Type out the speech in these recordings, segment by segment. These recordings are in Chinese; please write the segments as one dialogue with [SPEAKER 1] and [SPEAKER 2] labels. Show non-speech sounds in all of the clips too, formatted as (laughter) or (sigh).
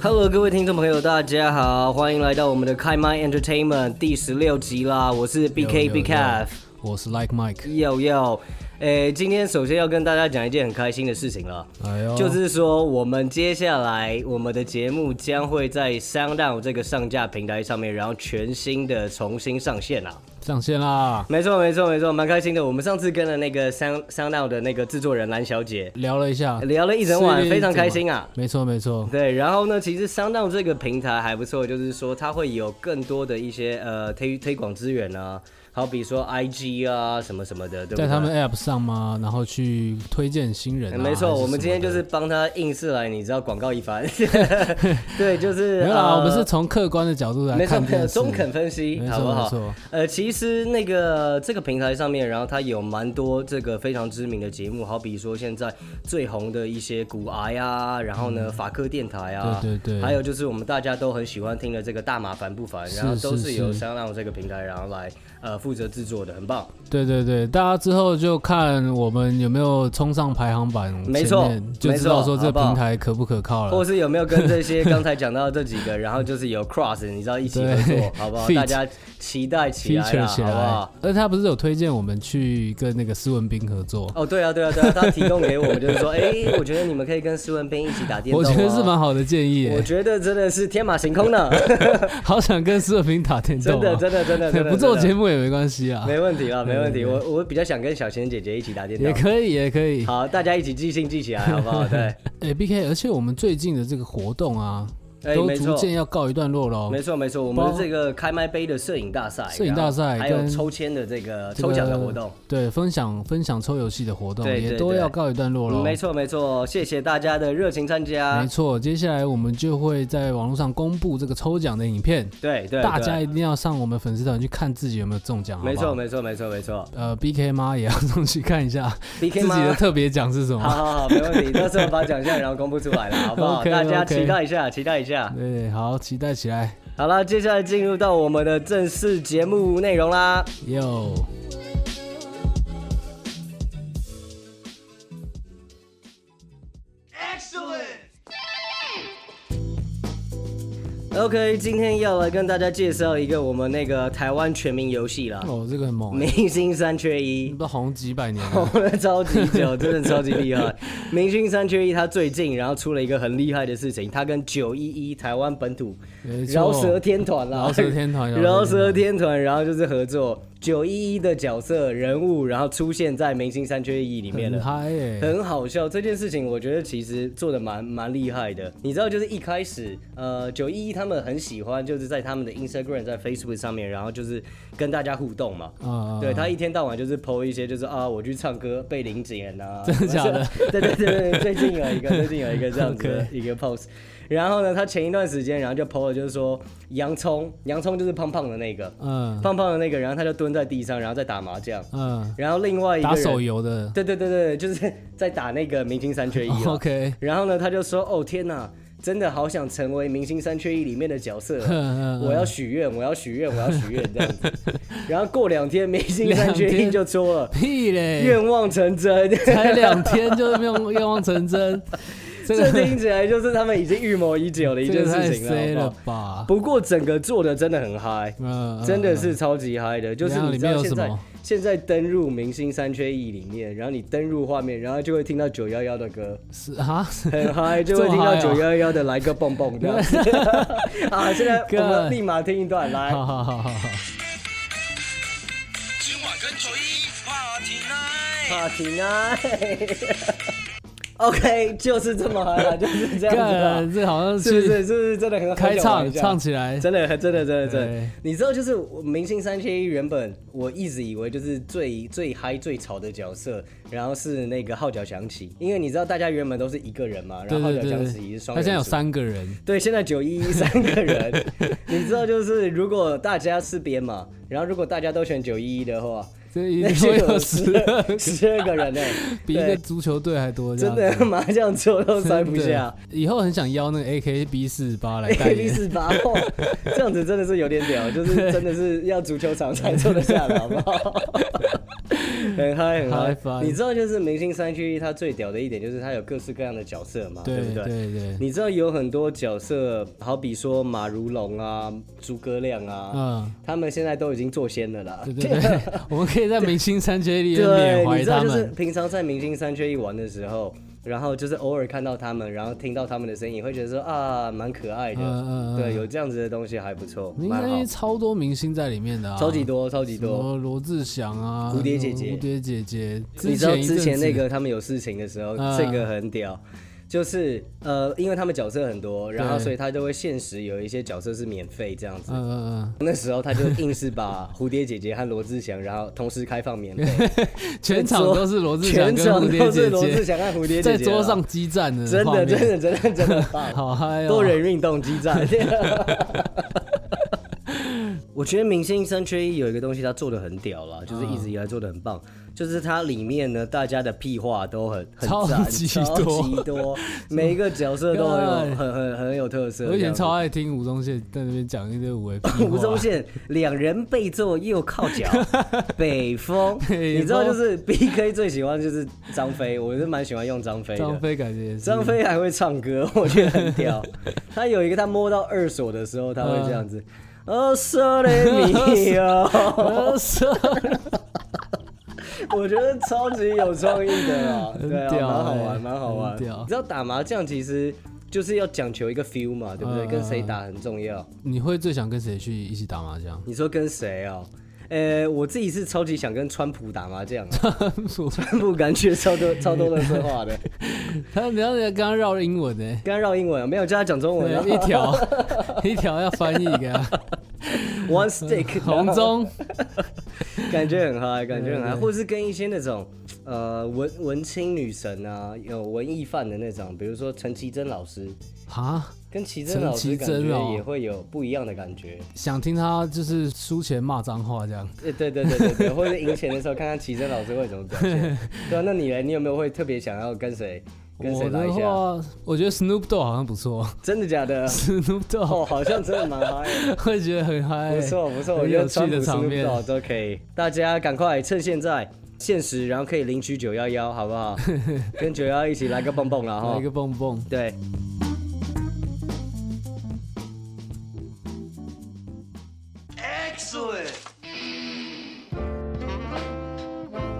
[SPEAKER 1] Hello，各位听众朋友，大家好，欢迎来到我们的开麦 Entertainment 第十六集啦！我是 BK
[SPEAKER 2] Yo, yo,
[SPEAKER 1] B 啊 c a f
[SPEAKER 2] 我是 Like Mike，
[SPEAKER 1] yo yo，诶，今天首先要跟大家讲一件很开心的事情了。
[SPEAKER 2] 哎呦，
[SPEAKER 1] 就是说，我们接下来我们的节目将会在 SoundOn 这个上架平台上面，然后全新的重新上线啦。
[SPEAKER 2] 上线啦！
[SPEAKER 1] 没错，没错，没错，蛮开心的。我们上次跟了那个 Sound SoundOn 的那个制作人蓝小姐
[SPEAKER 2] 聊了一下，
[SPEAKER 1] 聊了一整晚，
[SPEAKER 2] 是
[SPEAKER 1] 非常开心啊。
[SPEAKER 2] 没错没错，
[SPEAKER 1] 对，然后呢，其实 SoundOn 这个平台还不错，就是说它会有更多的一些呃推推广资源啊，好比说 IG 啊什么什么的，对不对？
[SPEAKER 2] 在他们 App 上嘛，然后去推荐新人啊、
[SPEAKER 1] 欸没
[SPEAKER 2] 还
[SPEAKER 1] 错，
[SPEAKER 2] 是
[SPEAKER 1] 我们
[SPEAKER 2] 什
[SPEAKER 1] 今
[SPEAKER 2] 么
[SPEAKER 1] 天
[SPEAKER 2] 的
[SPEAKER 1] 就是帮他硬是来，你知道广告一
[SPEAKER 2] (laughs)
[SPEAKER 1] 番。对，就是
[SPEAKER 2] 没有啦，
[SPEAKER 1] 呃
[SPEAKER 2] 我们是从客观的角度来
[SPEAKER 1] 没错，
[SPEAKER 2] 看
[SPEAKER 1] 没
[SPEAKER 2] 这件
[SPEAKER 1] 有 (laughs)
[SPEAKER 2] 事，
[SPEAKER 1] 中肯分析，
[SPEAKER 2] 没
[SPEAKER 1] 好不
[SPEAKER 2] 错没
[SPEAKER 1] 好？
[SPEAKER 2] 错，
[SPEAKER 1] 呃，其实那个这个平台上面，然后它有蛮多这个非常知名的节目，好比说现在最红的一些骨癌啊，然后呢、法克电台啊，
[SPEAKER 2] 嗯对对对
[SPEAKER 1] 还有就是我们大家都很喜欢听的这个大马烦不烦，然后
[SPEAKER 2] 是
[SPEAKER 1] 都
[SPEAKER 2] 是
[SPEAKER 1] 是由
[SPEAKER 2] 是
[SPEAKER 1] 商浪这个平台然后来呃负责制作的，很棒。
[SPEAKER 2] 对对对，大家之后就看我们有没有冲上排行榜前面，
[SPEAKER 1] 没错
[SPEAKER 2] 就
[SPEAKER 1] 没
[SPEAKER 2] 知道
[SPEAKER 1] 错
[SPEAKER 2] 说
[SPEAKER 1] 好
[SPEAKER 2] 这
[SPEAKER 1] 不好
[SPEAKER 2] 平台可不可靠
[SPEAKER 1] 或
[SPEAKER 2] 了。
[SPEAKER 1] 是有没有跟这些刚才讲到这几个，然后就是有 cross，你知道一起合作
[SPEAKER 2] 对，
[SPEAKER 1] 好不好？
[SPEAKER 2] (laughs) feat
[SPEAKER 1] 大家期待起来
[SPEAKER 2] feature
[SPEAKER 1] 啦，
[SPEAKER 2] 起
[SPEAKER 1] 好不
[SPEAKER 2] 来
[SPEAKER 1] 好？，
[SPEAKER 2] 而且他不是有推荐我们去跟那个斯文斌合作，
[SPEAKER 1] 哦，对啊，对啊，对啊，他提供给我们就是说，哎、我觉得你们可以跟施文斌一起打电动、
[SPEAKER 2] 我
[SPEAKER 1] 哦，
[SPEAKER 2] 觉得是？蛮好的建议耶。
[SPEAKER 1] 我觉得真的是天马行空
[SPEAKER 2] (laughs)
[SPEAKER 1] 呢，
[SPEAKER 2] 好想跟斯文斌打电动、
[SPEAKER 1] 真
[SPEAKER 2] 啊，
[SPEAKER 1] 的，真的，真
[SPEAKER 2] (laughs)
[SPEAKER 1] 的，真的，
[SPEAKER 2] 不做
[SPEAKER 1] 真
[SPEAKER 2] 节
[SPEAKER 1] 的
[SPEAKER 2] 目也没关系啊，
[SPEAKER 1] 没问题啦，没问题。
[SPEAKER 2] (laughs) 对
[SPEAKER 1] 我我比较想跟小贤姐姐一起打电
[SPEAKER 2] 也
[SPEAKER 1] 动。
[SPEAKER 2] 可以，也可以。
[SPEAKER 1] 好，大家一起记性记起来，好不好？对，
[SPEAKER 2] 哎、b k 而且我们最近的这个活动啊，
[SPEAKER 1] 哎
[SPEAKER 2] (laughs) 都
[SPEAKER 1] 没错
[SPEAKER 2] 逐渐要告一段落喽
[SPEAKER 1] 没。错没错，我们
[SPEAKER 2] 包
[SPEAKER 1] 这个开麦杯的摄影大赛，
[SPEAKER 2] 摄影大赛
[SPEAKER 1] 然后还有
[SPEAKER 2] 跟
[SPEAKER 1] 抽签的这个
[SPEAKER 2] 这个
[SPEAKER 1] 抽奖的活动，
[SPEAKER 2] 对，分享分享抽游戏的活动
[SPEAKER 1] 对对
[SPEAKER 2] 也都要告一段落
[SPEAKER 1] 嗯
[SPEAKER 2] 喽。
[SPEAKER 1] 没错啊没错，谢谢大家的热情参加
[SPEAKER 2] 没。错，接下来我们就会在网络上公布这个抽奖的影片，
[SPEAKER 1] 对对，
[SPEAKER 2] 大
[SPEAKER 1] 对
[SPEAKER 2] 家一定要上我们粉丝团去看自己有没有中奖，好不好
[SPEAKER 1] 没错没错没错没错
[SPEAKER 2] 呃，BK 妈也要上去看一下
[SPEAKER 1] (laughs) ，B
[SPEAKER 2] 自
[SPEAKER 1] K
[SPEAKER 2] 己的
[SPEAKER 1] 吗？
[SPEAKER 2] 特别奖是什
[SPEAKER 1] 好
[SPEAKER 2] 么。
[SPEAKER 1] 好好，没问题，到时候把奖项然后公布出来了，好不好？
[SPEAKER 2] (laughs) OK，OK
[SPEAKER 1] 大家期待一下，期待一下。
[SPEAKER 2] 对，好，期待起来
[SPEAKER 1] 好了，接下来进入到我们的正式节目内容啦。
[SPEAKER 2] 哟。
[SPEAKER 1] OK，今天要来跟大家介绍一个我们那个台湾全民游戏啦，
[SPEAKER 2] 哦，这个很猛、欸，
[SPEAKER 1] 明星三缺一》。
[SPEAKER 2] 不知道红几百年了。
[SPEAKER 1] 红了超级久， (laughs) 真的超级厉害。明星三缺一，他最近然后出了一个很厉害的事情，他跟九一一台湾本土
[SPEAKER 2] 没错
[SPEAKER 1] 饶舌天团啦，
[SPEAKER 2] 饶舌
[SPEAKER 1] (laughs)
[SPEAKER 2] 天团
[SPEAKER 1] 饶舌天团，然后就是合作九一一的角色人物，然后出现在明星三缺一里面
[SPEAKER 2] 很
[SPEAKER 1] 了。
[SPEAKER 2] 嗨耶、
[SPEAKER 1] 很好笑，这件事情我觉得其实做的蛮蛮厉害的。你知道，就是一开始，呃，九一一他们很喜欢，就是在他们的 Instagram、在 Facebook 上面，然后就是跟大家互动嘛。
[SPEAKER 2] 啊、
[SPEAKER 1] 对他一天到晚就是 PO 一些，就是啊，我去唱歌被领检啊，
[SPEAKER 2] (laughs) 真的假的？
[SPEAKER 1] (laughs) 对对对对，最近有
[SPEAKER 2] (laughs)
[SPEAKER 1] 一个，最近有一个这样子的
[SPEAKER 2] OK
[SPEAKER 1] 一个 pose。然后呢，他前一段时间，然后就 PO 了，就是说洋葱，洋葱就是胖胖的那个，
[SPEAKER 2] 嗯
[SPEAKER 1] 胖胖的那个，然后他就蹲在地上，然后在打麻将。
[SPEAKER 2] 嗯，
[SPEAKER 1] 然后另外一个
[SPEAKER 2] 打
[SPEAKER 1] 人
[SPEAKER 2] 手游的。
[SPEAKER 1] 对对对对，就是在打那个明星三缺一啊。
[SPEAKER 2] (laughs) OK，
[SPEAKER 1] 然后呢，他就说：“哦天哪，真的好想成为《明星三缺一》里面的角色
[SPEAKER 2] (laughs) 嗯
[SPEAKER 1] 啊，
[SPEAKER 2] 嗯
[SPEAKER 1] 我要许愿，我要许愿，我要许愿这样
[SPEAKER 2] (laughs)
[SPEAKER 1] 子。”然后过两天，《明星三缺
[SPEAKER 2] 两
[SPEAKER 1] 一》
[SPEAKER 2] 天
[SPEAKER 1] 就出了，
[SPEAKER 2] 屁嘞，
[SPEAKER 1] 愿望成
[SPEAKER 2] (laughs)
[SPEAKER 1] 真。
[SPEAKER 2] 才两天就用愿望
[SPEAKER 1] (laughs)
[SPEAKER 2] 成真，这
[SPEAKER 1] 这
[SPEAKER 2] 个
[SPEAKER 1] 听起来就是他们已经预谋已久的
[SPEAKER 2] (laughs)
[SPEAKER 1] 一
[SPEAKER 2] 这
[SPEAKER 1] 件
[SPEAKER 2] 个太
[SPEAKER 1] 事情
[SPEAKER 2] 衰
[SPEAKER 1] 了，好
[SPEAKER 2] 了
[SPEAKER 1] 不好？
[SPEAKER 2] 吧？
[SPEAKER 1] 不过整个做的真的很嗨。
[SPEAKER 2] 嗯，嗯
[SPEAKER 1] 真的是超级嗨的，就是
[SPEAKER 2] 那
[SPEAKER 1] 你
[SPEAKER 2] 里
[SPEAKER 1] 知
[SPEAKER 2] 面
[SPEAKER 1] 道
[SPEAKER 2] 有
[SPEAKER 1] 现
[SPEAKER 2] 什
[SPEAKER 1] 在
[SPEAKER 2] 么
[SPEAKER 1] 现在登入《明星三缺一》里面，然后你登入画面，然后就会听到九幺幺的歌，
[SPEAKER 2] 是啊， (laughs)
[SPEAKER 1] 很嗨，就会听到
[SPEAKER 2] 这
[SPEAKER 1] 九
[SPEAKER 2] 么
[SPEAKER 1] 幺幺的来个蹦蹦这样子。 (laughs) 啊，现
[SPEAKER 2] (laughs)
[SPEAKER 1] 在我们
[SPEAKER 2] God
[SPEAKER 1] 立马听一段来。
[SPEAKER 2] 好好好好好，
[SPEAKER 3] 今晚跟九一 party night，
[SPEAKER 1] Party night。OK，就是这么嗨
[SPEAKER 2] (laughs)
[SPEAKER 1] 了，就是这样子啦
[SPEAKER 2] 干，这好像
[SPEAKER 1] 是不
[SPEAKER 2] 去
[SPEAKER 1] 是？是不是真的很好
[SPEAKER 2] 开
[SPEAKER 1] 想玩一
[SPEAKER 2] 唱
[SPEAKER 1] 下
[SPEAKER 2] 唱起来，
[SPEAKER 1] 真的，真的，真的，真的
[SPEAKER 2] 对。
[SPEAKER 1] 你知道，就是我明星三缺一原本我一直以为就是最最嗨、最吵的角色，然后是那个号角响起，因为你知道大家原本都是一个人嘛，然
[SPEAKER 2] 对
[SPEAKER 1] 后号
[SPEAKER 2] 对
[SPEAKER 1] 角
[SPEAKER 2] 对
[SPEAKER 1] 响起
[SPEAKER 2] 对
[SPEAKER 1] 是，双
[SPEAKER 2] 他
[SPEAKER 1] 人
[SPEAKER 2] 现在有
[SPEAKER 1] 组
[SPEAKER 2] 三个人，
[SPEAKER 1] 对，现在九一一三个人， (laughs) 你知道就是如果大家四边嘛，然后如果大家都选九一一的话，
[SPEAKER 2] 这一
[SPEAKER 1] 那
[SPEAKER 2] 定
[SPEAKER 1] 就
[SPEAKER 2] 会有
[SPEAKER 1] 有
[SPEAKER 2] 十
[SPEAKER 1] 十
[SPEAKER 2] 二
[SPEAKER 1] 二 (laughs) 十二个人呢、
[SPEAKER 2] 比一个足球队还多，
[SPEAKER 1] 对
[SPEAKER 2] 这
[SPEAKER 1] 真
[SPEAKER 2] 样子
[SPEAKER 1] 的麻将桌都 (laughs) 塞不
[SPEAKER 2] 真的
[SPEAKER 1] 下。
[SPEAKER 2] 以后很想邀那个 AKB 四八来
[SPEAKER 1] (laughs)
[SPEAKER 2] 代
[SPEAKER 1] A B
[SPEAKER 2] 言，
[SPEAKER 1] 四八，哦这样子真的是有点屌，就是真的是要足球场才做得下的，好不好？ (laughs) 很嗨很
[SPEAKER 2] 嗨
[SPEAKER 1] 嗨
[SPEAKER 2] 翻。
[SPEAKER 1] 你知道就是明星三缺一，它最屌的一点就是它有各式各样的角色嘛，
[SPEAKER 2] 对
[SPEAKER 1] 不对？
[SPEAKER 2] 对对
[SPEAKER 1] 你知道有很多角色，好比说马如龙啊、诸葛亮啊，
[SPEAKER 2] 嗯，
[SPEAKER 1] 他们现在都已经做仙了啦。
[SPEAKER 2] 对对
[SPEAKER 1] (laughs)
[SPEAKER 2] 对，我们可以在明星三缺一里面缅
[SPEAKER 1] 对，你
[SPEAKER 2] 怀
[SPEAKER 1] 知道
[SPEAKER 2] 他
[SPEAKER 1] 就是
[SPEAKER 2] 们。
[SPEAKER 1] 平常在明星三缺一玩的时候，然后就是偶尔看到他们，然后听到他们的声音，会觉得说啊，蛮可爱的。
[SPEAKER 2] 嗯嗯嗯
[SPEAKER 1] 对，有这样子的东西还不错，
[SPEAKER 2] 应
[SPEAKER 1] 蛮好
[SPEAKER 2] 该。超多明星在里面的啊，
[SPEAKER 1] 超级多，超级
[SPEAKER 2] 什
[SPEAKER 1] 多。
[SPEAKER 2] 么罗志祥啊，
[SPEAKER 1] 蝴蝶姐姐
[SPEAKER 2] 蝴蝶姐姐，
[SPEAKER 1] 你知道
[SPEAKER 2] 一
[SPEAKER 1] 之
[SPEAKER 2] 阵
[SPEAKER 1] 前
[SPEAKER 2] 子
[SPEAKER 1] 那个他们有事情的时候，
[SPEAKER 2] 嗯
[SPEAKER 1] 这个很屌。就是呃，因为他们角色很多，然后所以他就会限时有一些角色是免费这样子。
[SPEAKER 2] 嗯嗯
[SPEAKER 1] 那时候他就硬是把蝴蝶姐姐和罗志祥，然后同时开放
[SPEAKER 2] (laughs)
[SPEAKER 1] 免费，
[SPEAKER 2] 嗯，全场都是罗志祥
[SPEAKER 1] 全
[SPEAKER 2] 跟蝴
[SPEAKER 1] 场
[SPEAKER 2] 蝶
[SPEAKER 1] 都是
[SPEAKER 2] 姐
[SPEAKER 1] 罗志
[SPEAKER 2] 姐
[SPEAKER 1] 祥和蝴蝶姐姐
[SPEAKER 2] 在
[SPEAKER 1] 啦，
[SPEAKER 2] 桌上激战的
[SPEAKER 1] 真
[SPEAKER 2] 画
[SPEAKER 1] 的
[SPEAKER 2] 面，
[SPEAKER 1] 真的真的真的很
[SPEAKER 2] (laughs)
[SPEAKER 1] 棒，
[SPEAKER 2] 好嗨哦！
[SPEAKER 1] 多人运动激
[SPEAKER 2] (laughs)
[SPEAKER 1] 战。我觉得《明星三缺一》有一个东西，它做的很屌啦，就是一直以来做的很棒，就是它里面呢，大家的屁话都很很
[SPEAKER 2] (laughs) 超
[SPEAKER 1] 赞
[SPEAKER 2] 级
[SPEAKER 1] 超
[SPEAKER 2] 多
[SPEAKER 1] 级多，每一个角色都很
[SPEAKER 2] 对
[SPEAKER 1] 有很很很有特色。
[SPEAKER 2] 我以前
[SPEAKER 1] 这
[SPEAKER 2] 超
[SPEAKER 1] 样
[SPEAKER 2] 爱听吴宗宪在那边讲一堆五 A 屁
[SPEAKER 1] 子
[SPEAKER 2] 话
[SPEAKER 1] 啊 (laughs) 吴宗宪两人背坐又靠
[SPEAKER 2] (laughs)
[SPEAKER 1] 脚，北风，
[SPEAKER 2] 北
[SPEAKER 1] 你知道就
[SPEAKER 2] 风
[SPEAKER 1] 是 B K 最喜欢就是张飞，我是蛮喜欢用张飞的。
[SPEAKER 2] 张飞感觉也是，
[SPEAKER 1] 张飞还会唱歌，我觉得很
[SPEAKER 2] (laughs)
[SPEAKER 1] 屌。他有一个，他摸到二手的时候，他会这样子。
[SPEAKER 2] 嗯
[SPEAKER 1] 哦，说的你
[SPEAKER 2] (laughs)
[SPEAKER 1] 哦，
[SPEAKER 2] 呃是啊
[SPEAKER 1] 我觉得超级有创意的啦，
[SPEAKER 2] 很
[SPEAKER 1] 对啊，
[SPEAKER 2] 屌
[SPEAKER 1] 蛮好
[SPEAKER 2] 欸
[SPEAKER 1] 玩，蛮好玩。
[SPEAKER 2] 很
[SPEAKER 1] 你
[SPEAKER 2] 屌
[SPEAKER 1] 知道打麻将其实就是要讲求一个 feel 嘛，对不对？
[SPEAKER 2] 嗯
[SPEAKER 1] 跟谁打很重要。
[SPEAKER 2] 你会最想跟谁去一起打麻
[SPEAKER 1] (laughs)
[SPEAKER 2] 将？
[SPEAKER 1] 你说跟谁哦？呃，我自己是超级想跟川普打麻将啊， (laughs) 川普感觉超多超多乐色话
[SPEAKER 2] (laughs)
[SPEAKER 1] 的。
[SPEAKER 2] 他你要刚刚绕了英文呢，
[SPEAKER 1] 跟他绕英文啊，没有叫他讲中文啊。
[SPEAKER 2] (laughs) 对，一条一条 (laughs) 要翻译给他，
[SPEAKER 1] (laughs) One
[SPEAKER 2] (laughs)
[SPEAKER 1] stick，
[SPEAKER 2] 红中
[SPEAKER 1] 感觉很嗨，感觉很嗨，
[SPEAKER 2] 对对
[SPEAKER 1] 或是跟一些那种呃文文青女神啊，有文艺范的那种，比如说陈绮贞老师，
[SPEAKER 2] 啊，
[SPEAKER 1] 跟绮贞老师
[SPEAKER 2] 陈绮
[SPEAKER 1] 感
[SPEAKER 2] 贞哦
[SPEAKER 1] 觉也会有不一样的感
[SPEAKER 2] (laughs)
[SPEAKER 1] 觉。
[SPEAKER 2] 想听他就是输钱骂脏话这样。
[SPEAKER 1] 呃对对对对对，或者赢钱的时候看看绮贞老师会怎么表
[SPEAKER 2] (laughs)
[SPEAKER 1] 现。对啊，那你呢？你有没有会特别想要跟谁跟
[SPEAKER 2] 我
[SPEAKER 1] 谁来
[SPEAKER 2] 的
[SPEAKER 1] 一下？
[SPEAKER 2] 话，我觉得 Snoop Dogg 好像不错 (laughs)
[SPEAKER 1] 真的假的？
[SPEAKER 2] ，Snoop
[SPEAKER 1] 哦，
[SPEAKER 2] Dogg
[SPEAKER 1] 好像真的蛮嗨的。
[SPEAKER 2] 会觉得很嗨，
[SPEAKER 1] 不错不错，我
[SPEAKER 2] 很
[SPEAKER 1] 觉
[SPEAKER 2] 有
[SPEAKER 1] 得
[SPEAKER 2] 趣
[SPEAKER 1] 川普
[SPEAKER 2] 的场
[SPEAKER 1] Snoop
[SPEAKER 2] 面。
[SPEAKER 1] Dogg 哦都可以，大家赶快趁现在限时，然后可以领取九幺幺，好不
[SPEAKER 2] (laughs)
[SPEAKER 1] 好？跟九幺一起来个蹦蹦了哈
[SPEAKER 2] 来一。个蹦蹦，
[SPEAKER 1] 对，
[SPEAKER 3] Excellent.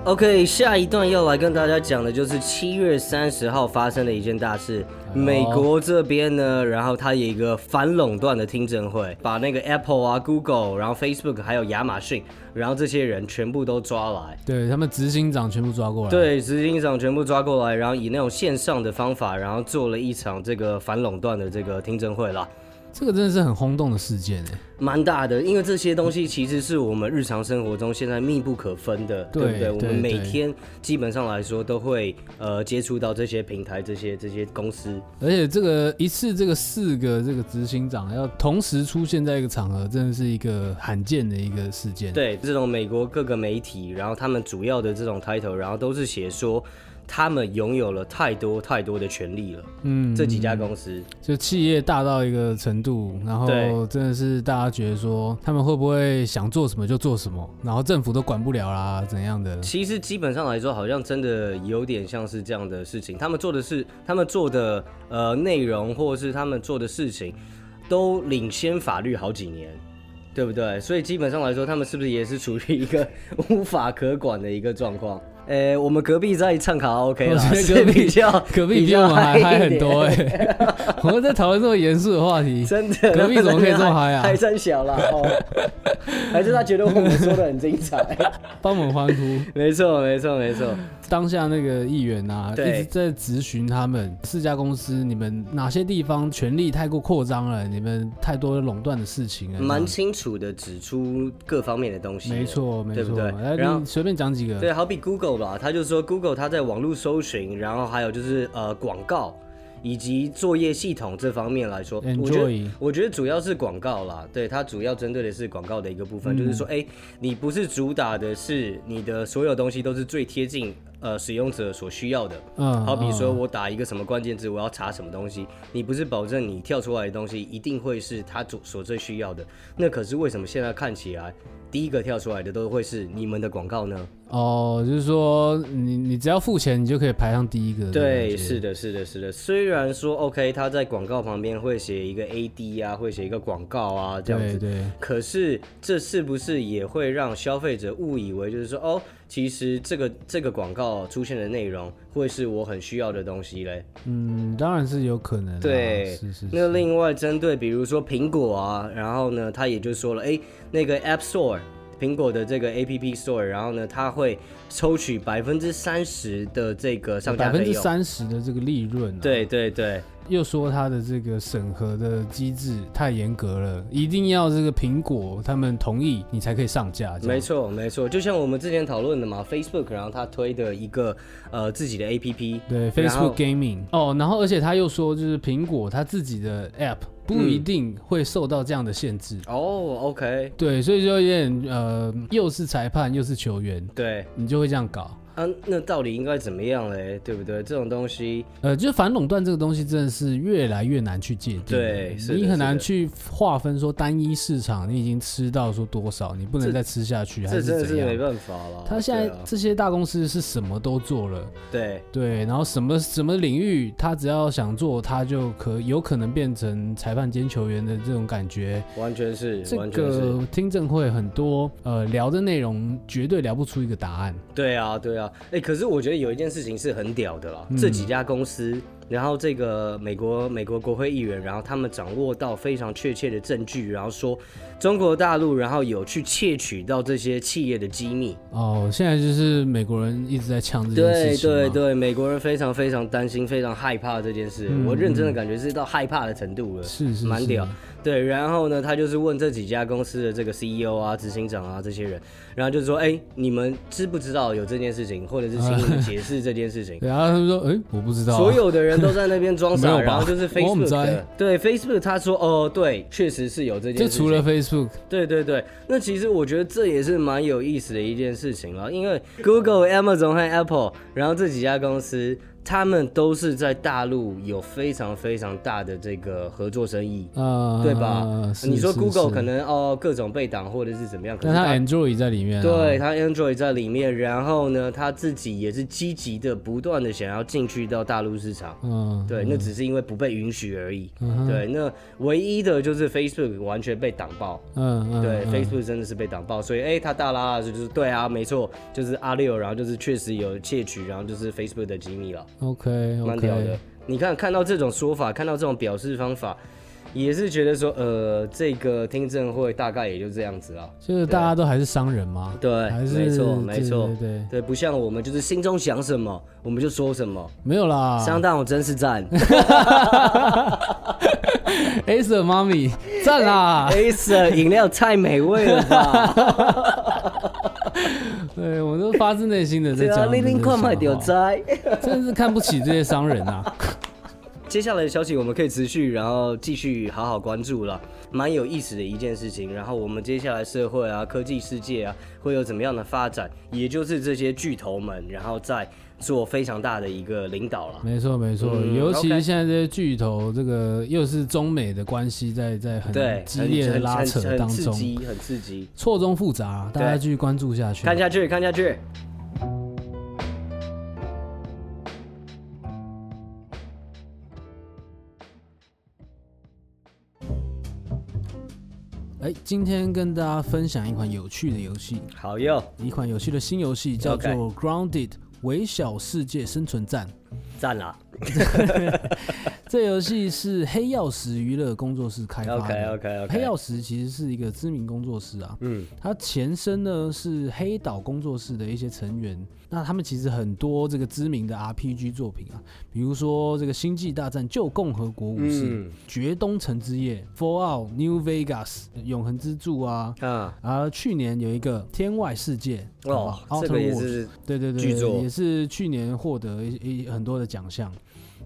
[SPEAKER 1] OK，下一段要来跟大家讲的就是七月三十号发生的一件大事。美国这边呢，然后它有一个反垄断的听证会，把那个 Apple 啊、Google，然后 Facebook 还有亚马逊，然后这些人全部都抓来。
[SPEAKER 2] 对他们执行长全部抓过来，，
[SPEAKER 1] 对，执行长全部抓过来，然后以那种线上的方法，然后做了一场这个反垄断的这个听证会啦，
[SPEAKER 2] 这个真的是很轰动的事件哎。
[SPEAKER 1] 蛮大的。因为这些东西其实是我们日常生活中现在密不可分的，对
[SPEAKER 2] 对
[SPEAKER 1] 不对？我
[SPEAKER 2] 对
[SPEAKER 1] 们每
[SPEAKER 2] 对
[SPEAKER 1] 天基本上来说都会呃接触到这些平台、这些这些公司，
[SPEAKER 2] 而且这个一次这个四个这个执行长要同时出现在一个场合，真的是一个罕见的一个事件。，
[SPEAKER 1] 对这种美国各个媒体，然后他们主要的这种 title，然后都是写说他们拥有了太多太多的权利了。
[SPEAKER 2] 嗯，
[SPEAKER 1] 这几家公司，
[SPEAKER 2] 就企业大到一个程度，然后
[SPEAKER 1] 对
[SPEAKER 2] 真的是大家觉得说他们会不会想做什么就做什么，然后政府都管不了啦，怎样的？
[SPEAKER 1] 其实基本上来说，好像真的有点像是这样的事情。他们做的事，他们做的呃内容，或者是他们做的事情，都领先法律好几年，对不对？所以基本上来说，他们是不是也是处于一个无法可管的一个状况？ (laughs) 呃，我们隔壁在唱卡拉 OK 啊
[SPEAKER 2] 我
[SPEAKER 1] 啦，
[SPEAKER 2] 觉得
[SPEAKER 1] 是
[SPEAKER 2] 隔壁
[SPEAKER 1] 比较
[SPEAKER 2] 隔壁
[SPEAKER 1] 比
[SPEAKER 2] 比
[SPEAKER 1] 较
[SPEAKER 2] 我们还嗨
[SPEAKER 1] 嗨一
[SPEAKER 2] 很
[SPEAKER 1] 点
[SPEAKER 2] 多哎、
[SPEAKER 1] (laughs)
[SPEAKER 2] 我们在讨论这么严肃的话题，
[SPEAKER 1] 真的，
[SPEAKER 2] 隔壁怎么可以这么嗨啊
[SPEAKER 1] (laughs) 还真小啦，哦，还是他觉得我们说的很精
[SPEAKER 2] (laughs)
[SPEAKER 1] 彩。
[SPEAKER 2] 帮我们欢呼。
[SPEAKER 1] 没错，没错，没错。
[SPEAKER 2] 当下那个议员啊，一
[SPEAKER 1] 对
[SPEAKER 2] 直在咨询他们四家公司，你们哪些地方权力太过扩张了？你们太多垄断的事情了。
[SPEAKER 1] 蛮清楚的指出各方面的东西。
[SPEAKER 2] 嗯没。错，没
[SPEAKER 1] 对不
[SPEAKER 2] 错。
[SPEAKER 1] 对
[SPEAKER 2] 来，
[SPEAKER 1] 然后
[SPEAKER 2] 你随便讲几个。
[SPEAKER 1] 对，啊好比 Google 吧，他就说 Google 它在网络搜寻，然后还有就是呃广告以及作业系统这方面来说，我觉得
[SPEAKER 2] Enjoy
[SPEAKER 1] 我觉得主要是广告啦，对，它主要针对的是广告的一个部分，
[SPEAKER 2] 嗯
[SPEAKER 1] 就是说，哎，你不是主打的是你的所有东西都是最贴近呃使用者所需要的，
[SPEAKER 2] 嗯，
[SPEAKER 1] 好比说，
[SPEAKER 2] 嗯，
[SPEAKER 1] 我打一个什么关键字，我要查什么东西，你不是保证你跳出来的东西一定会是他所所最需要的，那可是为什么现在看起来第一个跳出来的都会是你们的广告呢？
[SPEAKER 2] 哦哦，就是说你你只要付钱，你就可以排上第一个。
[SPEAKER 1] 对，是。的，是的，是的。虽然说 OK，他在广告旁边会写一个 AD 啊，会写一个广告啊这样
[SPEAKER 2] 对
[SPEAKER 1] 子，
[SPEAKER 2] 对，
[SPEAKER 1] 可是这是不是也会让消费者误以为就是说哦，其实这个这个广告出现的内容会是我很需要的东西嘞？
[SPEAKER 2] 嗯，当然是有可能啦。
[SPEAKER 1] 对，
[SPEAKER 2] 啊是是
[SPEAKER 1] 那
[SPEAKER 2] 是。
[SPEAKER 1] 另外针对比如说苹果啊，然后呢，他也就说了，哎，那个 App Store。苹果的这个 A P P Store，然后呢，它会抽取百分之三十的这个上架
[SPEAKER 2] 百分
[SPEAKER 1] 费
[SPEAKER 2] 之
[SPEAKER 1] 用。
[SPEAKER 2] 三十啊的这个利润、啊，
[SPEAKER 1] 对，对对，
[SPEAKER 2] 又说它的这个审核的机制太严格了，一定要这个苹果他们同意你才可以上架。这样
[SPEAKER 1] 没，错，没错，就像我们之前讨论的嘛，Facebook，然后它推的一个呃自己的 APP，
[SPEAKER 2] 对
[SPEAKER 1] 然后
[SPEAKER 2] Facebook Gaming 哦，然后而且他又说，就是苹果它自己的 App 不一定会受到这样的限制。
[SPEAKER 1] 哦，OK，
[SPEAKER 2] 对，所以就有点呃，又是裁判又是球员，
[SPEAKER 1] 对，
[SPEAKER 2] 你就会这样搞。
[SPEAKER 1] 啊，那到底应该怎么样嘞？对不对？这种东西，
[SPEAKER 2] 呃，就是反垄断这个东西真的是越来越难去界定，
[SPEAKER 1] 对是的
[SPEAKER 2] 你很
[SPEAKER 1] 是
[SPEAKER 2] 难
[SPEAKER 1] 的
[SPEAKER 2] 去划分说单一市场你已经吃到说多少，你不能
[SPEAKER 1] 这
[SPEAKER 2] 再吃下去，还
[SPEAKER 1] 这真的
[SPEAKER 2] 怎
[SPEAKER 1] 是没
[SPEAKER 2] 样？
[SPEAKER 1] 办法了。
[SPEAKER 2] 他现
[SPEAKER 1] 对
[SPEAKER 2] 在
[SPEAKER 1] 啊
[SPEAKER 2] 这些大公司是什么都做了，
[SPEAKER 1] 对
[SPEAKER 2] 对，然后什么什么领域他只要想做，他就可有可能变成裁判兼球员的这种感觉。
[SPEAKER 1] 完全是，
[SPEAKER 2] 这
[SPEAKER 1] 完全是，
[SPEAKER 2] 个听证会很多呃聊的内容绝对聊不出一个答案，
[SPEAKER 1] 对啊，对啊。哎，可是我觉得有一件事情是很屌的啦，这几家公司。然后这个美国美国国会议员，然后他们掌握到非常确切的证据，然后说中国大陆，然后有去窃取到这些企业的机密，
[SPEAKER 2] 哦，现在就是美国人一直在呛这件
[SPEAKER 1] 对
[SPEAKER 2] 事情嘛。
[SPEAKER 1] 对对，美国人非常非常担心，非常害怕这件事。我认真的感觉是到害怕的程度了，
[SPEAKER 2] 是是是
[SPEAKER 1] 蛮屌。对，然后呢，他就是问这几家公司的这个 CEO 啊、执行长啊这些人，然后就说：“哎，你们知不知道有这件事情，或者是请你们解释这件事情？”
[SPEAKER 2] 对，然后他们说，哎、我不知道啊、
[SPEAKER 1] 所有的人都在那边装
[SPEAKER 2] 没有
[SPEAKER 1] 傻，
[SPEAKER 2] 吧
[SPEAKER 1] 然后就是
[SPEAKER 2] 我们
[SPEAKER 1] Facebook
[SPEAKER 2] 在
[SPEAKER 1] 的，对 Facebook，他说：“哦，对，确实是有这件
[SPEAKER 2] 就
[SPEAKER 1] 事情。”
[SPEAKER 2] 除了 Facebook，
[SPEAKER 1] 对对对，那其实我觉得这也是蛮有意思的一件事情了，因为 Google、Amazon 和 Apple，然后这几家公司，他们都是在大陆有非常非常大的这个合作生意，
[SPEAKER 2] 呃，
[SPEAKER 1] 对吧？
[SPEAKER 2] 是
[SPEAKER 1] 你说
[SPEAKER 2] 是
[SPEAKER 1] Google
[SPEAKER 2] 是
[SPEAKER 1] 可能哦各种被挡或者是怎么样，可
[SPEAKER 2] 但
[SPEAKER 1] 是
[SPEAKER 2] 它
[SPEAKER 1] 它
[SPEAKER 2] Android 在里面、啊，
[SPEAKER 1] 对，它 Android 在里面，然后呢，它自己也是积极的、不断的想要进去到大陆市场。
[SPEAKER 2] 嗯，
[SPEAKER 1] 对，那只是因为不被允许而已。
[SPEAKER 2] 嗯哼，
[SPEAKER 1] 对，那唯一的就是 Facebook 完全被挡爆，
[SPEAKER 2] 嗯嗯，
[SPEAKER 1] 对、
[SPEAKER 2] 嗯
[SPEAKER 1] f a c e b o o k 真的是被挡爆，所以哎、他大拉拉就是对啊，没错，就是阿六，然后就是确实有窃取，然后就是 Facebook 的机密了，
[SPEAKER 2] ，OK
[SPEAKER 1] 蛮屌的
[SPEAKER 2] OK，。
[SPEAKER 1] 你看看到这种说法，看到这种表示方法，也是觉得说，呃，这个听证会大概也就这样子了。
[SPEAKER 2] 就是大家都还是商人嘛，
[SPEAKER 1] 对
[SPEAKER 2] 还，是
[SPEAKER 1] 没错，没错
[SPEAKER 2] 对，对对，
[SPEAKER 1] 对，不像我们就是心中想什么我们就说什么，
[SPEAKER 2] 没有啦
[SPEAKER 1] 相当我真是赞 (laughs)
[SPEAKER 2] ，Acer
[SPEAKER 1] (laughs)
[SPEAKER 2] 妈咪赞啦，
[SPEAKER 1] ，A 色哎饮料太美味了吧，
[SPEAKER 2] 对我都发自内心的在
[SPEAKER 1] 对啊，
[SPEAKER 2] 讲，
[SPEAKER 1] 你零快买掉在。 (laughs)
[SPEAKER 2] 真的是看不起这些商人啊，
[SPEAKER 1] 接下来的消息我们可以持续，然后继续好好关注了，蛮有意思的一件事情。然后我们接下来社会啊、科技世界啊，会有怎么样的发展？也就是这些巨头们，然后再做非常大的一个领导了。
[SPEAKER 2] 没错没错，
[SPEAKER 1] 嗯
[SPEAKER 2] 尤其
[SPEAKER 1] OK
[SPEAKER 2] 现在这些巨头，这个又是中美的关系在在很
[SPEAKER 1] 对，
[SPEAKER 2] 激烈的
[SPEAKER 1] 很
[SPEAKER 2] 拉
[SPEAKER 1] 很
[SPEAKER 2] 扯
[SPEAKER 1] 很
[SPEAKER 2] 当
[SPEAKER 1] 刺
[SPEAKER 2] 中，
[SPEAKER 1] 激，很刺激。
[SPEAKER 2] 错综复杂啊，大家
[SPEAKER 1] 对
[SPEAKER 2] 继续关注下去。
[SPEAKER 1] 看下去，看下去。
[SPEAKER 2] 哎，今天跟大家分享一款有趣的游戏，
[SPEAKER 1] 好哟，
[SPEAKER 2] 一款有趣的新游戏叫做
[SPEAKER 1] OK
[SPEAKER 2] 《Grounded 微小世界生存战》。
[SPEAKER 1] 赞啦。
[SPEAKER 2] (laughs) 这游戏是黑曜石娱乐工作室开发的。
[SPEAKER 1] OK，OK，OK
[SPEAKER 2] 黑曜石其实是一个知名工作室啊，
[SPEAKER 1] 嗯，
[SPEAKER 2] 它前身呢是黑岛工作室的一些成员。那他们其实很多这个知名的 RPG 作品啊，比如说这个《星际大战：旧共和国武士》
[SPEAKER 1] 嗯
[SPEAKER 2] 绝东城之夜》、《Fallout New Vegas》、《永恒之柱》啊，
[SPEAKER 1] 啊，
[SPEAKER 2] 而去年有一个《天外世界》
[SPEAKER 1] 哦
[SPEAKER 2] 好不好，
[SPEAKER 1] 这
[SPEAKER 2] Outer
[SPEAKER 1] 个也
[SPEAKER 2] Worlds
[SPEAKER 1] 是
[SPEAKER 2] 对对对，
[SPEAKER 1] 巨作
[SPEAKER 2] 也是去年获得一一很多的奖项。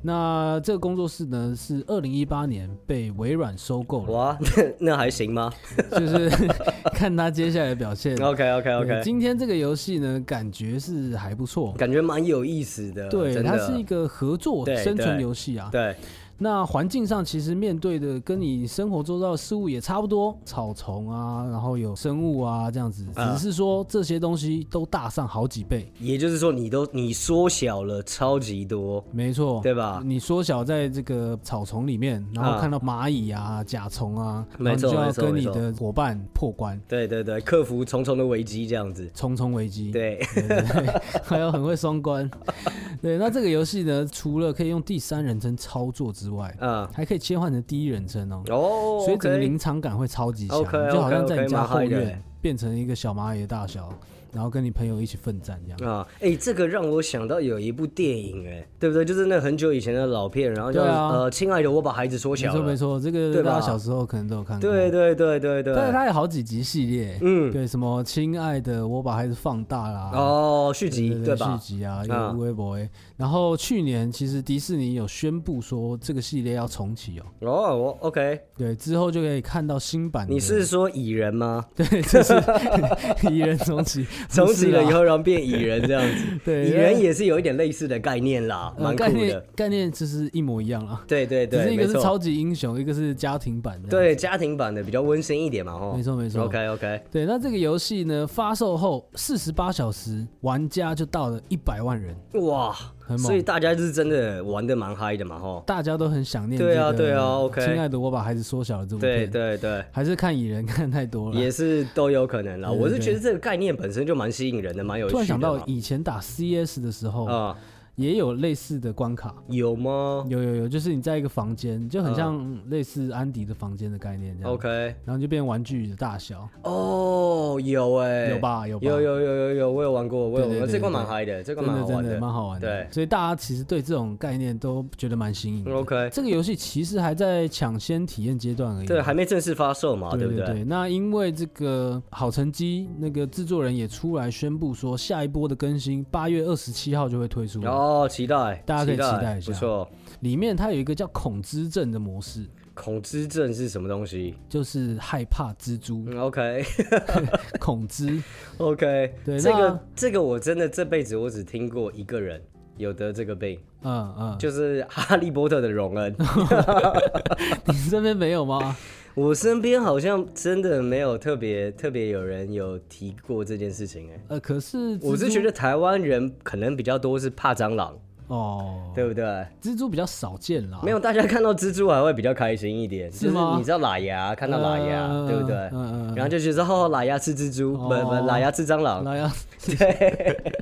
[SPEAKER 2] 那这个工作室呢，是二零一八年被微软收购了，
[SPEAKER 1] 哇， (laughs) 那还行吗
[SPEAKER 2] 就是 (laughs) 看他接下来的表现。嗯对
[SPEAKER 1] ？OK，OK，OK，
[SPEAKER 2] 今天这个游戏呢，感觉是还不错。
[SPEAKER 1] 感觉蛮有意思的。
[SPEAKER 2] 对，
[SPEAKER 1] 真
[SPEAKER 2] 它
[SPEAKER 1] 的
[SPEAKER 2] 是一个合作
[SPEAKER 1] 对
[SPEAKER 2] 生存
[SPEAKER 1] 对
[SPEAKER 2] 游戏啊。
[SPEAKER 1] 对
[SPEAKER 2] 那环境上其实面对的跟你生活周遭的事物也差不多，草丛啊，然后有生物啊这样子，
[SPEAKER 1] 啊
[SPEAKER 2] 只是说这些东西都大上好几倍。
[SPEAKER 1] 也就是说，你都你缩小了超级多，
[SPEAKER 2] 没错，
[SPEAKER 1] 对吧
[SPEAKER 2] 你缩小在这个草丛里面，然后
[SPEAKER 1] 啊
[SPEAKER 2] 看到蚂蚁啊、甲虫啊，
[SPEAKER 1] 没错没
[SPEAKER 2] 然后你就
[SPEAKER 1] 错
[SPEAKER 2] 要跟
[SPEAKER 1] 没
[SPEAKER 2] 你
[SPEAKER 1] 错
[SPEAKER 2] 的伙伴破关，
[SPEAKER 1] 对对对，克服重重的危机这样子，
[SPEAKER 2] 重重危机。
[SPEAKER 1] 对，
[SPEAKER 2] (laughs)
[SPEAKER 1] (laughs)
[SPEAKER 2] 还有很会双关。对，那这个游戏呢，除了可以用第三人称操作之外，
[SPEAKER 1] 啊，
[SPEAKER 2] 还可以切换成第一人称哦，
[SPEAKER 1] 哦，
[SPEAKER 2] 所以整个
[SPEAKER 1] OK
[SPEAKER 2] 临场感会超级强，
[SPEAKER 1] OK，OK，OK，
[SPEAKER 2] 就好像在你家
[SPEAKER 1] 蛮
[SPEAKER 2] 后
[SPEAKER 1] 嗨的
[SPEAKER 2] 院变成一个小蚂蚁的大小，然后跟你朋友一起奋战这样。
[SPEAKER 1] 啊，哎、这个让我想到有一部电影、哎，对不对？就是那很久以前的老片，然后叫、
[SPEAKER 2] 对啊
[SPEAKER 1] 呃，亲爱的，我把孩子缩
[SPEAKER 2] 没
[SPEAKER 1] 小
[SPEAKER 2] 错
[SPEAKER 1] 了
[SPEAKER 2] 没。错，这个
[SPEAKER 1] 对吧
[SPEAKER 2] 大家小时候可能都有看过。
[SPEAKER 1] 对对对对对。
[SPEAKER 2] 但是它有好几集系列，
[SPEAKER 1] 嗯
[SPEAKER 2] 对，什么亲爱的，我把孩子放大啦，
[SPEAKER 1] 哦，续
[SPEAKER 2] 对
[SPEAKER 1] 集
[SPEAKER 2] 对
[SPEAKER 1] 对
[SPEAKER 2] 对，续
[SPEAKER 1] 吧？
[SPEAKER 2] 集啊，有
[SPEAKER 1] 嗯
[SPEAKER 2] 微博哎。然后去年其实迪士尼有宣布说这个系列要重启哦，
[SPEAKER 1] 哦，我 OK，
[SPEAKER 2] 对，之后就可以看到新版的。
[SPEAKER 1] 你是说蚁人吗？
[SPEAKER 2] (laughs) 对，就是 (laughs) 蚁人重启，
[SPEAKER 1] (laughs) 重启了以
[SPEAKER 2] 后。
[SPEAKER 1] 后，然后变蚁人这样子。
[SPEAKER 2] 啊 (laughs) 对
[SPEAKER 1] 蚁人也是有一点类似的概念啦，
[SPEAKER 2] 呃
[SPEAKER 1] 蛮
[SPEAKER 2] 概
[SPEAKER 1] 酷
[SPEAKER 2] 念
[SPEAKER 1] 的。
[SPEAKER 2] 概念其实一模一样啦，
[SPEAKER 1] 对对
[SPEAKER 2] 只
[SPEAKER 1] 对，
[SPEAKER 2] 是一个
[SPEAKER 1] 没
[SPEAKER 2] 是
[SPEAKER 1] 错。
[SPEAKER 2] 超级英雄，一个是家庭版的。
[SPEAKER 1] 对家庭版的比较温馨一点嘛，吼。
[SPEAKER 2] 没错没错
[SPEAKER 1] OK OK，
[SPEAKER 2] 对，那这个游戏呢，发售后四十八小时，玩家就到了一百万人，
[SPEAKER 1] 哇
[SPEAKER 2] 很，猛
[SPEAKER 1] 所以大家就是真的玩的蛮嗨的嘛，吼。
[SPEAKER 2] 大家都很想念。
[SPEAKER 1] 对啊对啊，OK
[SPEAKER 2] 亲爱的，我把孩子缩小了这部
[SPEAKER 1] 对
[SPEAKER 2] 片，
[SPEAKER 1] 对对。
[SPEAKER 2] 还是看蚁人 (laughs) 看太多了。
[SPEAKER 1] 也是都有可能啦。
[SPEAKER 2] 对对
[SPEAKER 1] 我是觉得这个概念本身就蛮吸引人的，蛮有趣
[SPEAKER 2] 突
[SPEAKER 1] 的嘛。
[SPEAKER 2] 然想到以前打 CS 的时候，
[SPEAKER 1] 啊、
[SPEAKER 2] 也有类似的关卡。
[SPEAKER 1] 有吗
[SPEAKER 2] 有有有，就是你在一个房间，就很像类似安迪的房间的概念这样。
[SPEAKER 1] 嗯？OK，
[SPEAKER 2] 然后就变玩具的大小，
[SPEAKER 1] 哦，有哎、
[SPEAKER 2] 有？吧？有吧？
[SPEAKER 1] 有有有有有，我有玩过，我有玩
[SPEAKER 2] 对对
[SPEAKER 1] 过，
[SPEAKER 2] 对
[SPEAKER 1] 这关蛮嗨的，这关
[SPEAKER 2] 真
[SPEAKER 1] 蛮
[SPEAKER 2] 的
[SPEAKER 1] 好
[SPEAKER 2] 真
[SPEAKER 1] 玩
[SPEAKER 2] 的蛮好玩的。
[SPEAKER 1] 对
[SPEAKER 2] 所以大家其实对这种概念都觉得蛮新颖的。
[SPEAKER 1] OK，
[SPEAKER 2] 这个游戏其实还在抢先体验阶段而已。
[SPEAKER 1] 对，还没正式发售嘛，
[SPEAKER 2] 对
[SPEAKER 1] 不
[SPEAKER 2] 对
[SPEAKER 1] 对？
[SPEAKER 2] 那因为这个好成绩，那个制作人也出来宣布说，下一波的更新八月二十七号就会推出。
[SPEAKER 1] 哦，期待，
[SPEAKER 2] 大家可以期
[SPEAKER 1] 期
[SPEAKER 2] 待一下
[SPEAKER 1] 不错。
[SPEAKER 2] 里面它有一个叫恐之症的模式，
[SPEAKER 1] 恐之症是什么东西、
[SPEAKER 2] 就是害怕蜘蛛、
[SPEAKER 1] (laughs) 嗯、？OK
[SPEAKER 2] 恐之。
[SPEAKER 1] OK，
[SPEAKER 2] 对
[SPEAKER 1] 这
[SPEAKER 2] 那
[SPEAKER 1] 个这个我真的这辈子我只听过一个人有得这个病，
[SPEAKER 2] 嗯嗯，
[SPEAKER 1] 就是哈利波特的荣恩。
[SPEAKER 2] (laughs) 你这边没有吗？
[SPEAKER 1] 我身边好像真的没有特别特别有人有提过这件事情哎、
[SPEAKER 2] 呃，可是
[SPEAKER 1] 我
[SPEAKER 2] 蜘
[SPEAKER 1] 是
[SPEAKER 2] 蛛
[SPEAKER 1] 觉得台湾人可能比较多是怕蟑螂，
[SPEAKER 2] 哦，
[SPEAKER 1] 对不对？
[SPEAKER 2] 蜘蛛比较少见啦。
[SPEAKER 1] 没有，大家看到蜘蛛还会比较开心一点，
[SPEAKER 2] 是吗
[SPEAKER 1] 就是你知道喇牙，看到喇牙，
[SPEAKER 2] 嗯
[SPEAKER 1] 对不对？
[SPEAKER 2] 嗯嗯嗯
[SPEAKER 1] 然后就觉得哦，喇牙吃蜘蛛，不
[SPEAKER 2] 哦
[SPEAKER 1] 不，喇牙吃蟑螂。
[SPEAKER 2] 拉
[SPEAKER 1] (laughs)
[SPEAKER 2] 牙， (laughs) 对，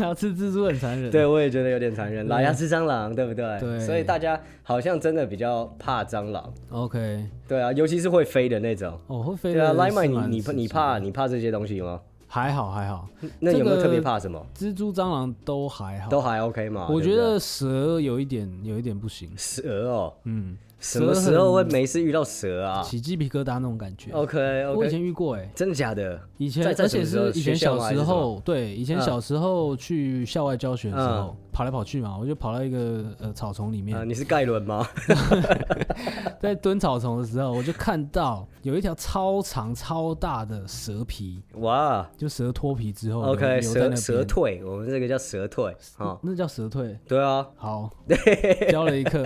[SPEAKER 2] 拉牙吃蜘蛛很残忍。
[SPEAKER 1] 对，我也觉得有点残忍，喇牙吃蟑螂，对不对？
[SPEAKER 2] 嗯对
[SPEAKER 1] 所以大家好像真的比较怕蟑螂，
[SPEAKER 2] ，OK，
[SPEAKER 1] 对啊，尤其是会飞的那种。
[SPEAKER 2] 哦，会飞
[SPEAKER 1] 对啊
[SPEAKER 2] 的
[SPEAKER 1] 莱
[SPEAKER 2] 是蛮
[SPEAKER 1] 曼，
[SPEAKER 2] 刺激的。
[SPEAKER 1] 你你你怕你怕这些东西吗？
[SPEAKER 2] 还好还好，
[SPEAKER 1] 那有没
[SPEAKER 2] 这
[SPEAKER 1] 有
[SPEAKER 2] 个
[SPEAKER 1] 特别怕什么？
[SPEAKER 2] 蜘蛛、蟑螂都还好。
[SPEAKER 1] 都还 OK 嘛？
[SPEAKER 2] 我
[SPEAKER 1] 对
[SPEAKER 2] 觉
[SPEAKER 1] 不对
[SPEAKER 2] 得蛇有一点有一点不行，
[SPEAKER 1] 蛇哦，
[SPEAKER 2] 嗯，
[SPEAKER 1] 什么时候会没事遇到蛇啊哦
[SPEAKER 2] 起鸡皮疙瘩那种感觉。
[SPEAKER 1] ？OK
[SPEAKER 2] 我以
[SPEAKER 1] OK，
[SPEAKER 2] 前遇过哎，
[SPEAKER 1] 真的假的？
[SPEAKER 2] 以前
[SPEAKER 1] 在在
[SPEAKER 2] 而
[SPEAKER 1] 什
[SPEAKER 2] 且
[SPEAKER 1] 么时候
[SPEAKER 2] 是以前
[SPEAKER 1] 学校
[SPEAKER 2] 小
[SPEAKER 1] 吗
[SPEAKER 2] 时候，对，以前
[SPEAKER 1] 嗯
[SPEAKER 2] 小时候去校外教学的时候，跑来跑去嘛，我就跑到一个呃草丛里面
[SPEAKER 1] 啊，，你是盖伦吗？ (laughs)
[SPEAKER 2] 在蹲草丛的时候，我就看到有一条超长超大的蛇皮，
[SPEAKER 1] 哇
[SPEAKER 2] 就蛇脱皮之后
[SPEAKER 1] ，OK，
[SPEAKER 2] 哦留留在那
[SPEAKER 1] 蛇
[SPEAKER 2] 边
[SPEAKER 1] 蛇退，我们这个叫蛇退啊。
[SPEAKER 2] 那叫蛇退。
[SPEAKER 1] 对啊 (laughs)
[SPEAKER 2] 好，教了一课，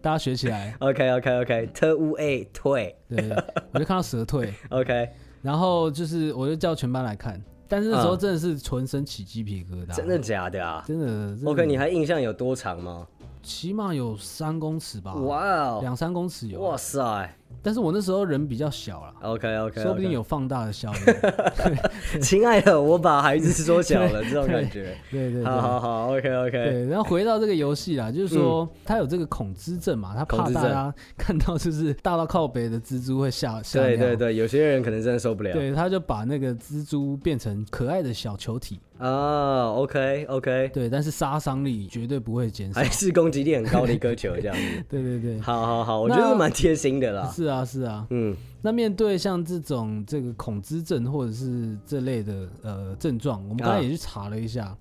[SPEAKER 2] 大家学起来。
[SPEAKER 1] ，OK OK OK，特务 A 退
[SPEAKER 2] 对，我就看到蛇退，
[SPEAKER 1] ，OK，
[SPEAKER 2] 然后就是我就叫全班来看，但是那时候
[SPEAKER 1] 嗯
[SPEAKER 2] 真的是浑身起鸡皮疙瘩，
[SPEAKER 1] 真的假的啊
[SPEAKER 2] 真的真的
[SPEAKER 1] ？OK，你还印象有多长吗？
[SPEAKER 2] 起码有三公尺吧，
[SPEAKER 1] 哇哦，
[SPEAKER 2] 两三公尺啊有，啊
[SPEAKER 1] 哇塞
[SPEAKER 2] 但是我那时候人比较小啦。
[SPEAKER 1] ，OK OK，
[SPEAKER 2] 说不定有放大的效应，对
[SPEAKER 1] 亲爱的，我把孩子缩小了，这种感觉。
[SPEAKER 2] (laughs) 对对，
[SPEAKER 1] 好好好，OK OK，
[SPEAKER 2] 对，然后回到这个游戏啦，就是说他有这个恐蜘症嘛，他
[SPEAKER 1] 嗯
[SPEAKER 2] 怕
[SPEAKER 1] 恐蜘
[SPEAKER 2] 大
[SPEAKER 1] 症
[SPEAKER 2] 家看到就是大到靠北的蜘蛛会吓吓
[SPEAKER 1] 对
[SPEAKER 2] 尿
[SPEAKER 1] 对对，有些人可能真的受不了。
[SPEAKER 2] 对，他就把那个蜘蛛变成可爱的小球体，
[SPEAKER 1] 啊，OK OK，
[SPEAKER 2] 对，但是杀伤力绝对不会减少
[SPEAKER 1] 还，是攻击力很高的一颗球这
[SPEAKER 2] (laughs)
[SPEAKER 1] 样子。
[SPEAKER 2] 对对对，
[SPEAKER 1] 好好好，我
[SPEAKER 2] 那
[SPEAKER 1] 觉得蛮贴心的
[SPEAKER 2] (laughs)
[SPEAKER 1] 啦。
[SPEAKER 2] 是啊是啊。
[SPEAKER 1] 嗯，
[SPEAKER 2] 那面对像这种这个恐蜘症或者是这类的呃症状，我们刚才
[SPEAKER 1] 啊哦
[SPEAKER 2] 也去查了一下，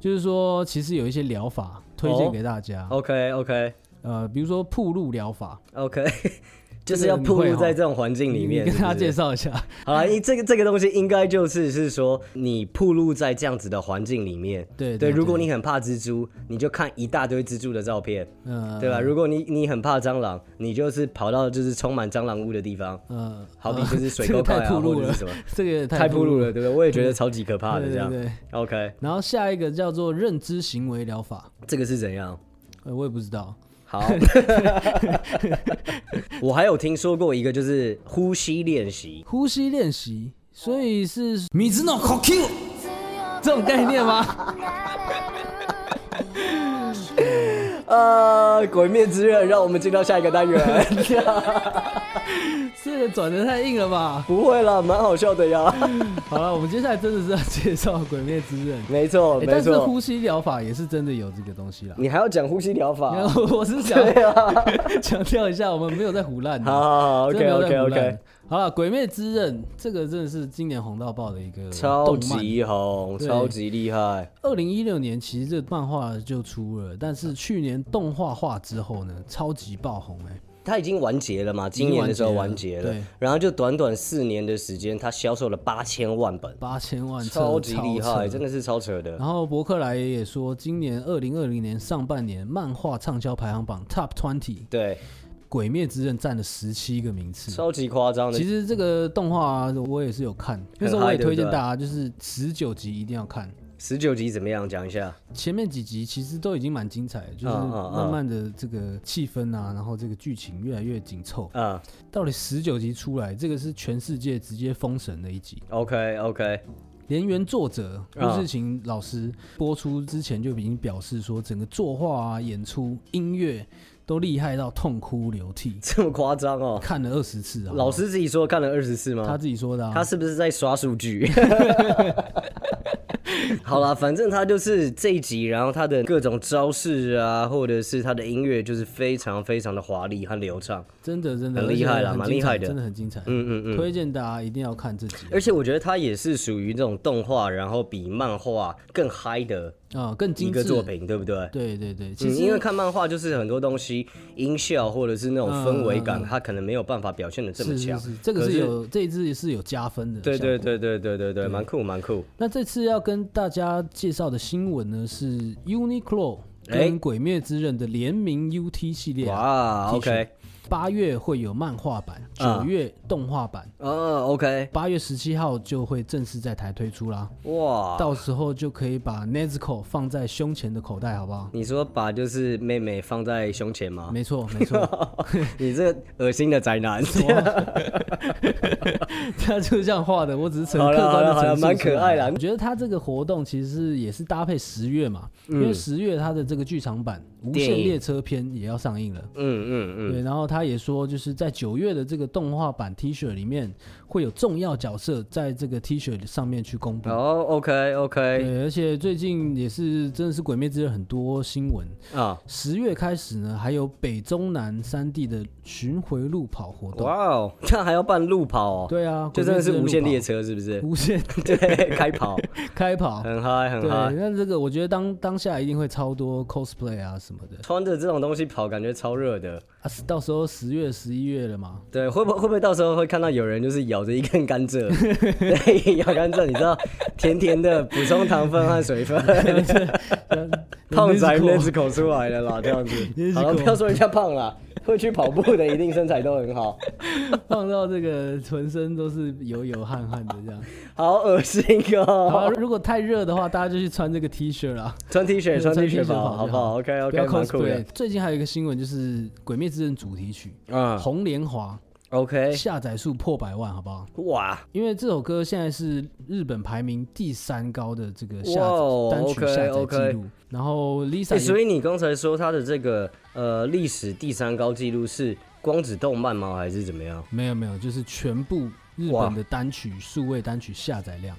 [SPEAKER 2] 就是说其实有一些疗法推荐给大家， (laughs)
[SPEAKER 1] OK OK
[SPEAKER 2] 呃，比如说铺路疗法，
[SPEAKER 1] OK，就是要暴露在
[SPEAKER 2] 这
[SPEAKER 1] 这种环境里面。
[SPEAKER 2] 跟大家
[SPEAKER 1] 是不是
[SPEAKER 2] 介绍一下。
[SPEAKER 1] 好了，因这个这个东西应该就是是说，你暴露在这样子的环境里面，
[SPEAKER 2] 对
[SPEAKER 1] 对。
[SPEAKER 2] 对
[SPEAKER 1] 如果
[SPEAKER 2] 对
[SPEAKER 1] 你很怕蜘蛛，你就看一大堆蜘蛛的照片，
[SPEAKER 2] 嗯，
[SPEAKER 1] 对吧？如果你你很怕蟑螂，你就是跑到就是充满蟑螂屋的地
[SPEAKER 2] (laughs)
[SPEAKER 1] 方，
[SPEAKER 2] 嗯，
[SPEAKER 1] 好比
[SPEAKER 2] 嗯
[SPEAKER 1] 就是水
[SPEAKER 2] 这
[SPEAKER 1] 沟
[SPEAKER 2] 个
[SPEAKER 1] 盖
[SPEAKER 2] 太
[SPEAKER 1] 啊，
[SPEAKER 2] 暴
[SPEAKER 1] 或
[SPEAKER 2] 露
[SPEAKER 1] 者
[SPEAKER 2] 了
[SPEAKER 1] 是什么，
[SPEAKER 2] 这个也
[SPEAKER 1] 太
[SPEAKER 2] 暴
[SPEAKER 1] 暴露了，对不对？我也觉得
[SPEAKER 2] 对
[SPEAKER 1] 超级可怕的
[SPEAKER 2] 对
[SPEAKER 1] 这样
[SPEAKER 2] 对。对
[SPEAKER 1] OK，
[SPEAKER 2] 然后下一个叫做认知行为疗法，
[SPEAKER 1] 这个是怎样？
[SPEAKER 2] 呃，我也不知道。 (laughs)
[SPEAKER 1] 好，我还有听说过一个就是呼吸练习，
[SPEAKER 2] 呼吸练习，所以是米兹诺 c Q 这种概念吗？ (laughs)
[SPEAKER 1] 呃，《鬼灭之刃》，让我们进到下一个单
[SPEAKER 2] (laughs)
[SPEAKER 1] 元。
[SPEAKER 2] 这个转的太硬了吧？
[SPEAKER 1] 不会啦，蛮好笑的呀。
[SPEAKER 2] 好了，我们接下来真的是要介绍《鬼灭之刃》
[SPEAKER 1] 没错，
[SPEAKER 2] 诶
[SPEAKER 1] (laughs) 没
[SPEAKER 2] 但是
[SPEAKER 1] 错
[SPEAKER 2] 呼。吸疗法也是真的有这个东西啦。
[SPEAKER 1] 你还要讲呼吸疗法？
[SPEAKER 2] 然后 (laughs) 我是想 (laughs) 强调一下，我们没有在胡乱的。
[SPEAKER 1] 啊好好好
[SPEAKER 2] 真的没
[SPEAKER 1] ，OK
[SPEAKER 2] 有在
[SPEAKER 1] OK
[SPEAKER 2] 胡乱
[SPEAKER 1] OK，
[SPEAKER 2] 好了，《鬼灭之刃》这个真的是今年红到爆的一个
[SPEAKER 1] 超
[SPEAKER 2] 动漫
[SPEAKER 1] 级红，
[SPEAKER 2] 对
[SPEAKER 1] 超级厉害。
[SPEAKER 2] 二零一六年其实这漫画就出了，但是去年动画化之后呢，超级爆红哎、
[SPEAKER 1] 它已经完结了嘛？今年的时候完结了
[SPEAKER 2] 对，
[SPEAKER 1] 然后就短短四年的时间，它销售了八千万本，
[SPEAKER 2] 八千万册，
[SPEAKER 1] 超级厉害，真
[SPEAKER 2] 的。
[SPEAKER 1] 的是超扯的。
[SPEAKER 2] 然后伯克莱也说，今年二零二零年上半年漫画畅销排行榜 Top Twenty，《
[SPEAKER 1] 对，
[SPEAKER 2] 鬼灭之刃》占了十七个名次。
[SPEAKER 1] 超级夸张的
[SPEAKER 2] 其。实这个动画啊、我也是有看，那时候我
[SPEAKER 1] 嗨
[SPEAKER 2] 也
[SPEAKER 1] 对不
[SPEAKER 2] 推荐
[SPEAKER 1] 对
[SPEAKER 2] 大家，就是十九集一定要看。
[SPEAKER 1] 十九集怎么样？讲一下。
[SPEAKER 2] 前面几集其实都已经蛮精彩的，就是
[SPEAKER 1] 嗯嗯嗯
[SPEAKER 2] 慢慢的这个气氛啊，然后这个剧情越来越紧凑。
[SPEAKER 1] 啊
[SPEAKER 2] 到底十九集出来，这个是全世界直接封神的一集。
[SPEAKER 1] ，OK OK，
[SPEAKER 2] 连原作者顾
[SPEAKER 1] 啊
[SPEAKER 2] 世勤老师播出之前就已经表示说，整个作画啊、演出、音乐都厉害到痛哭流涕，
[SPEAKER 1] 这么夸张哦？
[SPEAKER 2] 看了二十次啊。
[SPEAKER 1] 嗯老师自己说看了二十次吗？
[SPEAKER 2] 他自己说的、啊，
[SPEAKER 1] 他是不是在刷数据？ (laughs) 好啦，反正他就是这一集，然后他的各种招式啊，或者是他的音乐，就是非常非常的华丽和流畅。
[SPEAKER 2] 真的真的
[SPEAKER 1] 很厉害啦
[SPEAKER 2] 而且很
[SPEAKER 1] 蛮
[SPEAKER 2] 精
[SPEAKER 1] 厉害
[SPEAKER 2] 彩
[SPEAKER 1] 的
[SPEAKER 2] 真的很精彩。
[SPEAKER 1] 嗯嗯嗯。
[SPEAKER 2] 推荐大家一定要看这集
[SPEAKER 1] 而且我觉得他也是属于那种动画，然后比漫画更嗨的
[SPEAKER 2] 啊、更
[SPEAKER 1] 一
[SPEAKER 2] 精
[SPEAKER 1] 个
[SPEAKER 2] 致
[SPEAKER 1] 作。品，对不对？
[SPEAKER 2] 对对对，其
[SPEAKER 1] 嗯，
[SPEAKER 2] 实、
[SPEAKER 1] 因为看漫画就是很多东西音效或者是那种氛围感，
[SPEAKER 2] 嗯嗯嗯
[SPEAKER 1] 它可能没有办法表现的这么
[SPEAKER 2] 是是
[SPEAKER 1] 强。
[SPEAKER 2] 是，这个
[SPEAKER 1] 可
[SPEAKER 2] 是
[SPEAKER 1] 是
[SPEAKER 2] 有这一支是有加分的。
[SPEAKER 1] 对对。对对对对对，蛮酷蛮酷。
[SPEAKER 2] 那这次要跟大家介绍的新闻呢是 Uniqlo
[SPEAKER 1] 哎
[SPEAKER 2] 跟《鬼灭之刃》的联名 UT 系列啊，
[SPEAKER 1] 哇
[SPEAKER 2] T 恤
[SPEAKER 1] ，OK，
[SPEAKER 2] 八月会有漫画版，
[SPEAKER 1] 啊
[SPEAKER 2] 九月动画版，
[SPEAKER 1] 哦，OK，
[SPEAKER 2] 八月十七号就会正式在台推出啦。
[SPEAKER 1] 哇，
[SPEAKER 2] 到时候就可以把 Nezuko 放在胸前的口袋，好不好？
[SPEAKER 1] 你说把就是妹妹放在胸前吗？
[SPEAKER 2] 没错，没错，
[SPEAKER 1] (laughs) 你这个恶心的宅
[SPEAKER 2] (laughs)
[SPEAKER 1] 男！
[SPEAKER 2] 啊他就是这样画的，我只是很
[SPEAKER 1] 好
[SPEAKER 2] 客
[SPEAKER 1] 了
[SPEAKER 2] 观
[SPEAKER 1] 好了
[SPEAKER 2] 的
[SPEAKER 1] 好了
[SPEAKER 2] 陈述出来
[SPEAKER 1] 蛮可爱啦
[SPEAKER 2] 我觉得他这个活动其实是也是搭配十月嘛，
[SPEAKER 1] 嗯
[SPEAKER 2] 因为十月他的这个剧场版《无
[SPEAKER 1] 电
[SPEAKER 2] 限
[SPEAKER 1] 影
[SPEAKER 2] 列车篇》也要上映了。
[SPEAKER 1] (laughs) 嗯嗯
[SPEAKER 2] 对，然后他也说，就是在九月的这个动画版 T 恤里面，会有重要角色在这个 T 恤上面去公布
[SPEAKER 1] 嗯，。哦，OK OK，
[SPEAKER 2] 对，而且最近也是真的是《鬼灭之刃》很多新闻。
[SPEAKER 1] 啊，
[SPEAKER 2] 十月开始呢，还有北中南三地的巡回路跑活动。
[SPEAKER 1] 哇哦，这还要办路跑哦，
[SPEAKER 2] 对啊，
[SPEAKER 1] 就真的是
[SPEAKER 2] 鬼
[SPEAKER 1] 无
[SPEAKER 2] 灭之刃
[SPEAKER 1] 限
[SPEAKER 2] 路跑
[SPEAKER 1] 列，车是不是？
[SPEAKER 2] (laughs) 无限
[SPEAKER 1] (laughs) 对，开跑，
[SPEAKER 2] 开跑。
[SPEAKER 1] 很嗨
[SPEAKER 2] 对，
[SPEAKER 1] 很嗨，
[SPEAKER 2] 那这个我觉得当当下一定会超多 cosplay 啊什么的
[SPEAKER 1] 穿着这种东西跑，感觉超热的。
[SPEAKER 2] 啊，到时候十月、十一月了嘛， (laughs)
[SPEAKER 1] 对，会不会会不会到时候会看到有人就是咬着一根甘蔗， (laughs) 对，咬甘蔗，你知道，甜甜的，补充糖分和水
[SPEAKER 2] (laughs)
[SPEAKER 1] 分。 (laughs) 胖仔那只口出来了啦，这样子
[SPEAKER 2] 那只。
[SPEAKER 1] 好了，
[SPEAKER 2] 狗
[SPEAKER 1] 不要说人家胖啦，会去跑步的一定身材都很好，
[SPEAKER 2] 放到这个浑身都是油油汗汗的
[SPEAKER 1] (laughs)
[SPEAKER 2] 这样。
[SPEAKER 1] 好恶心
[SPEAKER 2] 好啊，
[SPEAKER 1] 哦！
[SPEAKER 2] 如果太热的话，大家就去穿这个 T
[SPEAKER 1] (laughs)
[SPEAKER 2] 恤啦。
[SPEAKER 1] 穿 T 恤，穿 T 恤
[SPEAKER 2] 就
[SPEAKER 1] 吧，
[SPEAKER 2] 好
[SPEAKER 1] 好不好？OK
[SPEAKER 2] 不
[SPEAKER 1] OK，
[SPEAKER 2] 要
[SPEAKER 1] 蛮酷
[SPEAKER 2] cosplay
[SPEAKER 1] 的。。
[SPEAKER 2] 最近还有一个新闻就是《鬼灭之刃》主题曲《
[SPEAKER 1] 嗯哎
[SPEAKER 2] 红莲华》
[SPEAKER 1] ，OK，
[SPEAKER 2] 下载数破百万，好不好？
[SPEAKER 1] 哇，
[SPEAKER 2] 因为这首歌现在是日本排名第三高的这个下
[SPEAKER 1] 哇
[SPEAKER 2] 载
[SPEAKER 1] 哦
[SPEAKER 2] 单曲下载记
[SPEAKER 1] OK，OK
[SPEAKER 2] 录。然后
[SPEAKER 1] 哎
[SPEAKER 2] Lisa
[SPEAKER 1] 所
[SPEAKER 2] 也
[SPEAKER 1] 以你刚才说他的这个呃历史第三高纪录是光子动漫吗？还是怎么样？
[SPEAKER 2] 没有没有，就是全部日
[SPEAKER 1] 哇
[SPEAKER 2] 本的单曲数位单曲下载量。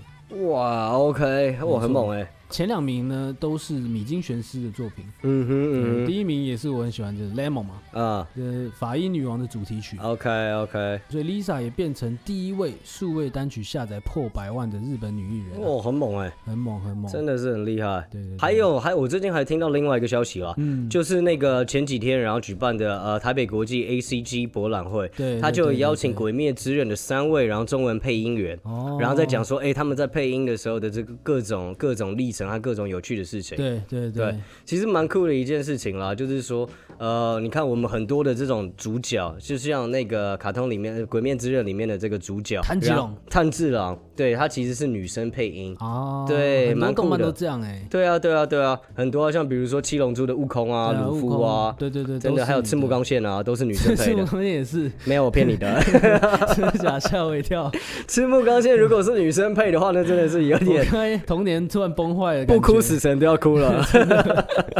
[SPEAKER 1] 哇，OK，哇，很猛哎！
[SPEAKER 2] 前两名呢都是米津玄师的作品，
[SPEAKER 1] 嗯哼
[SPEAKER 2] 嗯，
[SPEAKER 1] 嗯
[SPEAKER 2] 第一名也是我很喜欢，就是 Lemon 嘛，
[SPEAKER 1] 哼啊
[SPEAKER 2] 呃，法医女王的主题曲，
[SPEAKER 1] 嗯，OK OK，
[SPEAKER 2] 所以 Lisa 也变成第一位数位单曲下载破百万的日本女艺人啊、
[SPEAKER 1] 哇，很猛哎，
[SPEAKER 2] 很猛很猛，
[SPEAKER 1] 真的是很厉害。
[SPEAKER 2] 对对对，
[SPEAKER 1] 还有还有我最近还听到另外一个消息啦，
[SPEAKER 2] 嗯，
[SPEAKER 1] 就是那个前几天然后举办的呃台北国际 ACG 博览会，
[SPEAKER 2] 对
[SPEAKER 1] 他
[SPEAKER 2] 对
[SPEAKER 1] 就有
[SPEAKER 2] 对对
[SPEAKER 1] 邀请《
[SPEAKER 2] 对
[SPEAKER 1] 鬼灭之刃》的三位然后中文配音员，
[SPEAKER 2] 哦，
[SPEAKER 1] 然后再讲说，哎、他们在配音的时候的这个各种各种历程和各种有趣的事情。
[SPEAKER 2] 对对
[SPEAKER 1] 对
[SPEAKER 2] 对，
[SPEAKER 1] 其实蛮酷的一件事情啦，就是说，呃，你看我们很多的这种主角，就像那个卡通里面呃《鬼灭之刃》里面的这个主角
[SPEAKER 2] 炭治郎，
[SPEAKER 1] 然后炭治郎，对他其实是女生配音。
[SPEAKER 2] 哦，
[SPEAKER 1] 对
[SPEAKER 2] 很多
[SPEAKER 1] 蛮酷
[SPEAKER 2] 动漫
[SPEAKER 1] 的
[SPEAKER 2] 都这样哎、
[SPEAKER 1] 对啊，对啊，对啊，很多啊，像比如说《七龙珠》的悟空啊、
[SPEAKER 2] 对啊
[SPEAKER 1] 鲁、
[SPEAKER 2] 悟
[SPEAKER 1] 夫
[SPEAKER 2] 空
[SPEAKER 1] 啊，
[SPEAKER 2] 对对对，
[SPEAKER 1] 真的还有赤木刚宪啊，都是女生
[SPEAKER 2] (laughs) 赤
[SPEAKER 1] 配
[SPEAKER 2] 木
[SPEAKER 1] 的。
[SPEAKER 2] 刚也是，
[SPEAKER 1] 没有，我骗你
[SPEAKER 2] (laughs)
[SPEAKER 1] 的。
[SPEAKER 2] 真的假的吓我一跳，
[SPEAKER 1] 赤木刚宪如果是女生配的话，那真的是 (laughs) 有
[SPEAKER 2] (laughs) 我
[SPEAKER 1] 点
[SPEAKER 2] 刚才童年突然崩坏了，
[SPEAKER 1] 不哭死。神都要哭了。 (laughs)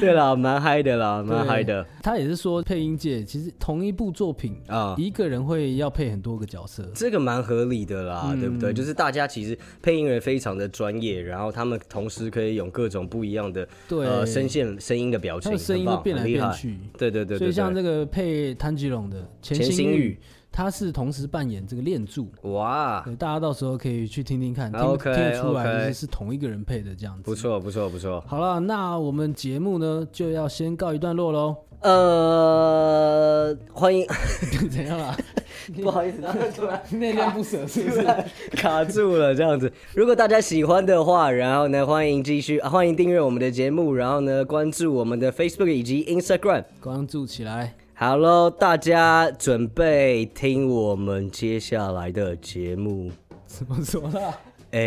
[SPEAKER 1] 对啦，蛮嗨的啦，蛮
[SPEAKER 2] 对
[SPEAKER 1] 嗨的
[SPEAKER 2] 他也是说，配音界其实同一部作品，
[SPEAKER 1] 啊。
[SPEAKER 2] 一个人会要配很多个角色。
[SPEAKER 1] 这个蛮合理的啦，
[SPEAKER 2] 嗯
[SPEAKER 1] 对不对？就是大家其实配音人非常的专业，然后他们同时可以有各种不一样的
[SPEAKER 2] 对，
[SPEAKER 1] 呃声线、声音的表
[SPEAKER 2] 他
[SPEAKER 1] 情，
[SPEAKER 2] 的声音
[SPEAKER 1] 很
[SPEAKER 2] 都
[SPEAKER 1] 棒
[SPEAKER 2] 变来
[SPEAKER 1] 很厉
[SPEAKER 2] 变
[SPEAKER 1] 害
[SPEAKER 2] 去。
[SPEAKER 1] 对对对对
[SPEAKER 2] 所以像
[SPEAKER 1] 对
[SPEAKER 2] 这个配炭治郎的钱
[SPEAKER 1] 钱
[SPEAKER 2] 星
[SPEAKER 1] 星
[SPEAKER 2] 玉
[SPEAKER 1] 宇，
[SPEAKER 2] 他是同时扮演这个恋柱。
[SPEAKER 1] 哇，
[SPEAKER 2] 对，大家到时候可以去听听看，听
[SPEAKER 1] 啊 OK，
[SPEAKER 2] 听得出来就是
[SPEAKER 1] OK
[SPEAKER 2] 是同一个人配的这样子。
[SPEAKER 1] 不错不错不
[SPEAKER 2] (laughs)
[SPEAKER 1] 错。
[SPEAKER 2] 好了，那我们节目呢就要先告一段落喽。
[SPEAKER 1] 呃，欢迎，
[SPEAKER 2] (laughs)
[SPEAKER 1] (laughs)
[SPEAKER 2] 怎样啦？
[SPEAKER 1] 不好意思，刚刚突
[SPEAKER 2] (laughs)
[SPEAKER 1] 然
[SPEAKER 2] 恋恋不舍是不 (laughs) 是？
[SPEAKER 1] 卡住了这样子。如果大家喜欢的话，然后呢，欢迎继续、啊欢迎订阅我们的节目，然后呢，关注我们的 Facebook 以及 Instagram。
[SPEAKER 2] 关注起来，
[SPEAKER 1] 好喽，大家准备听我们接下来的节目。
[SPEAKER 2] 怎么说啦？
[SPEAKER 1] 哎、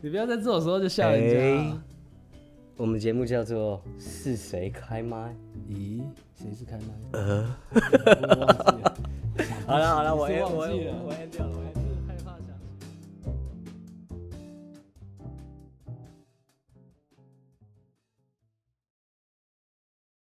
[SPEAKER 2] 你不要在这种时候就吓人家啊。
[SPEAKER 1] 我们节目叫做《是谁开麦
[SPEAKER 2] 咦，谁是开麦？呃，我忘记了。》。
[SPEAKER 1] 好了好了，我
[SPEAKER 2] 你是
[SPEAKER 1] end-
[SPEAKER 2] 忘
[SPEAKER 1] 我
[SPEAKER 2] 记了
[SPEAKER 1] end- 哎我 end 掉了。我 end 掉了